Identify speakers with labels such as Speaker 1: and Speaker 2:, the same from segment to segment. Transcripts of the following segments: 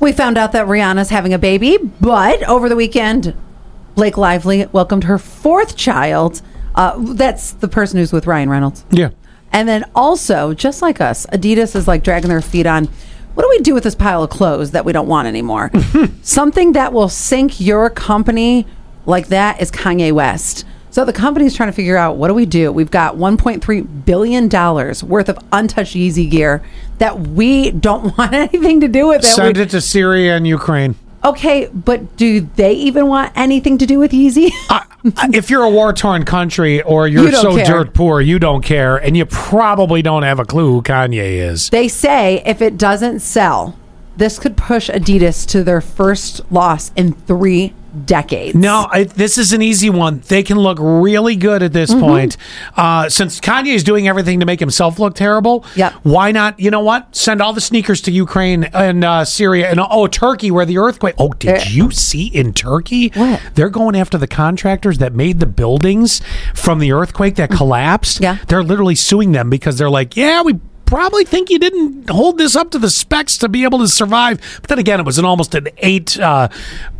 Speaker 1: We found out that Rihanna's having a baby, but over the weekend, Blake Lively welcomed her fourth child. Uh, that's the person who's with Ryan Reynolds.
Speaker 2: Yeah.
Speaker 1: And then also, just like us, Adidas is like dragging their feet on what do we do with this pile of clothes that we don't want anymore? Something that will sink your company like that is Kanye West. So the company's trying to figure out what do we do? We've got $1.3 billion worth of untouched Yeezy gear that we don't want anything to do with. That
Speaker 2: Send
Speaker 1: we-
Speaker 2: it to Syria and Ukraine.
Speaker 1: okay, but do they even want anything to do with Yeezy?
Speaker 2: Uh, if you're a war torn country or you're
Speaker 1: You don't
Speaker 2: so
Speaker 1: care.
Speaker 2: dirt poor, you don't care, and you probably don't have a clue who Kanye is.
Speaker 1: They say if it doesn't sell, this could push Adidas to their first loss in three decades.
Speaker 2: No, I, this is an easy one. They can look really good at this point. Uh, since Kanye is doing everything to make himself look terrible,
Speaker 1: Yep.
Speaker 2: why not, you know what? Send all the sneakers to Ukraine and uh, Syria and, oh, Turkey where the earthquake. Oh, did
Speaker 1: Eh.
Speaker 2: you see in Turkey?
Speaker 1: What?
Speaker 2: They're going after the contractors that made the buildings from the earthquake that collapsed.
Speaker 1: Yeah.
Speaker 2: They're literally suing them because they're like, yeah, we probably think you didn't hold this up to the specs to be able to survive. But then again, it was an almost an eight uh,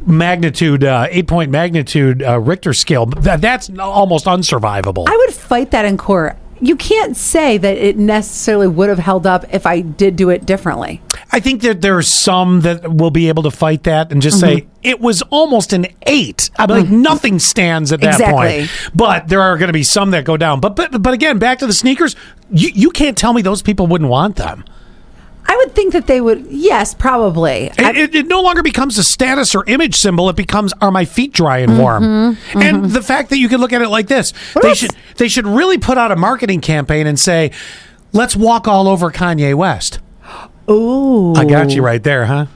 Speaker 2: magnitude, uh, eight point magnitude uh, Richter scale. That, that's almost unsurvivable.
Speaker 1: I would fight that in court. You can't say that it necessarily would have held up if I did do it differently.
Speaker 2: I think that there are some that will be able to fight that and just say it was almost an eight. I mean, like nothing stands at that
Speaker 1: Exactly.
Speaker 2: point. But there are going to be some that go down. But but but again, back to the sneakers. You you can't tell me those people wouldn't want them.
Speaker 1: I would think that they would, yes, probably. I-
Speaker 2: It, it, it no longer becomes a status or image symbol. It becomes are my feet dry and warm. And the fact that you can look at it like this, they
Speaker 1: else?
Speaker 2: should they should really put out a marketing campaign and say, "Let's walk all over Kanye West."
Speaker 1: ooh.
Speaker 2: I got you right there, huh?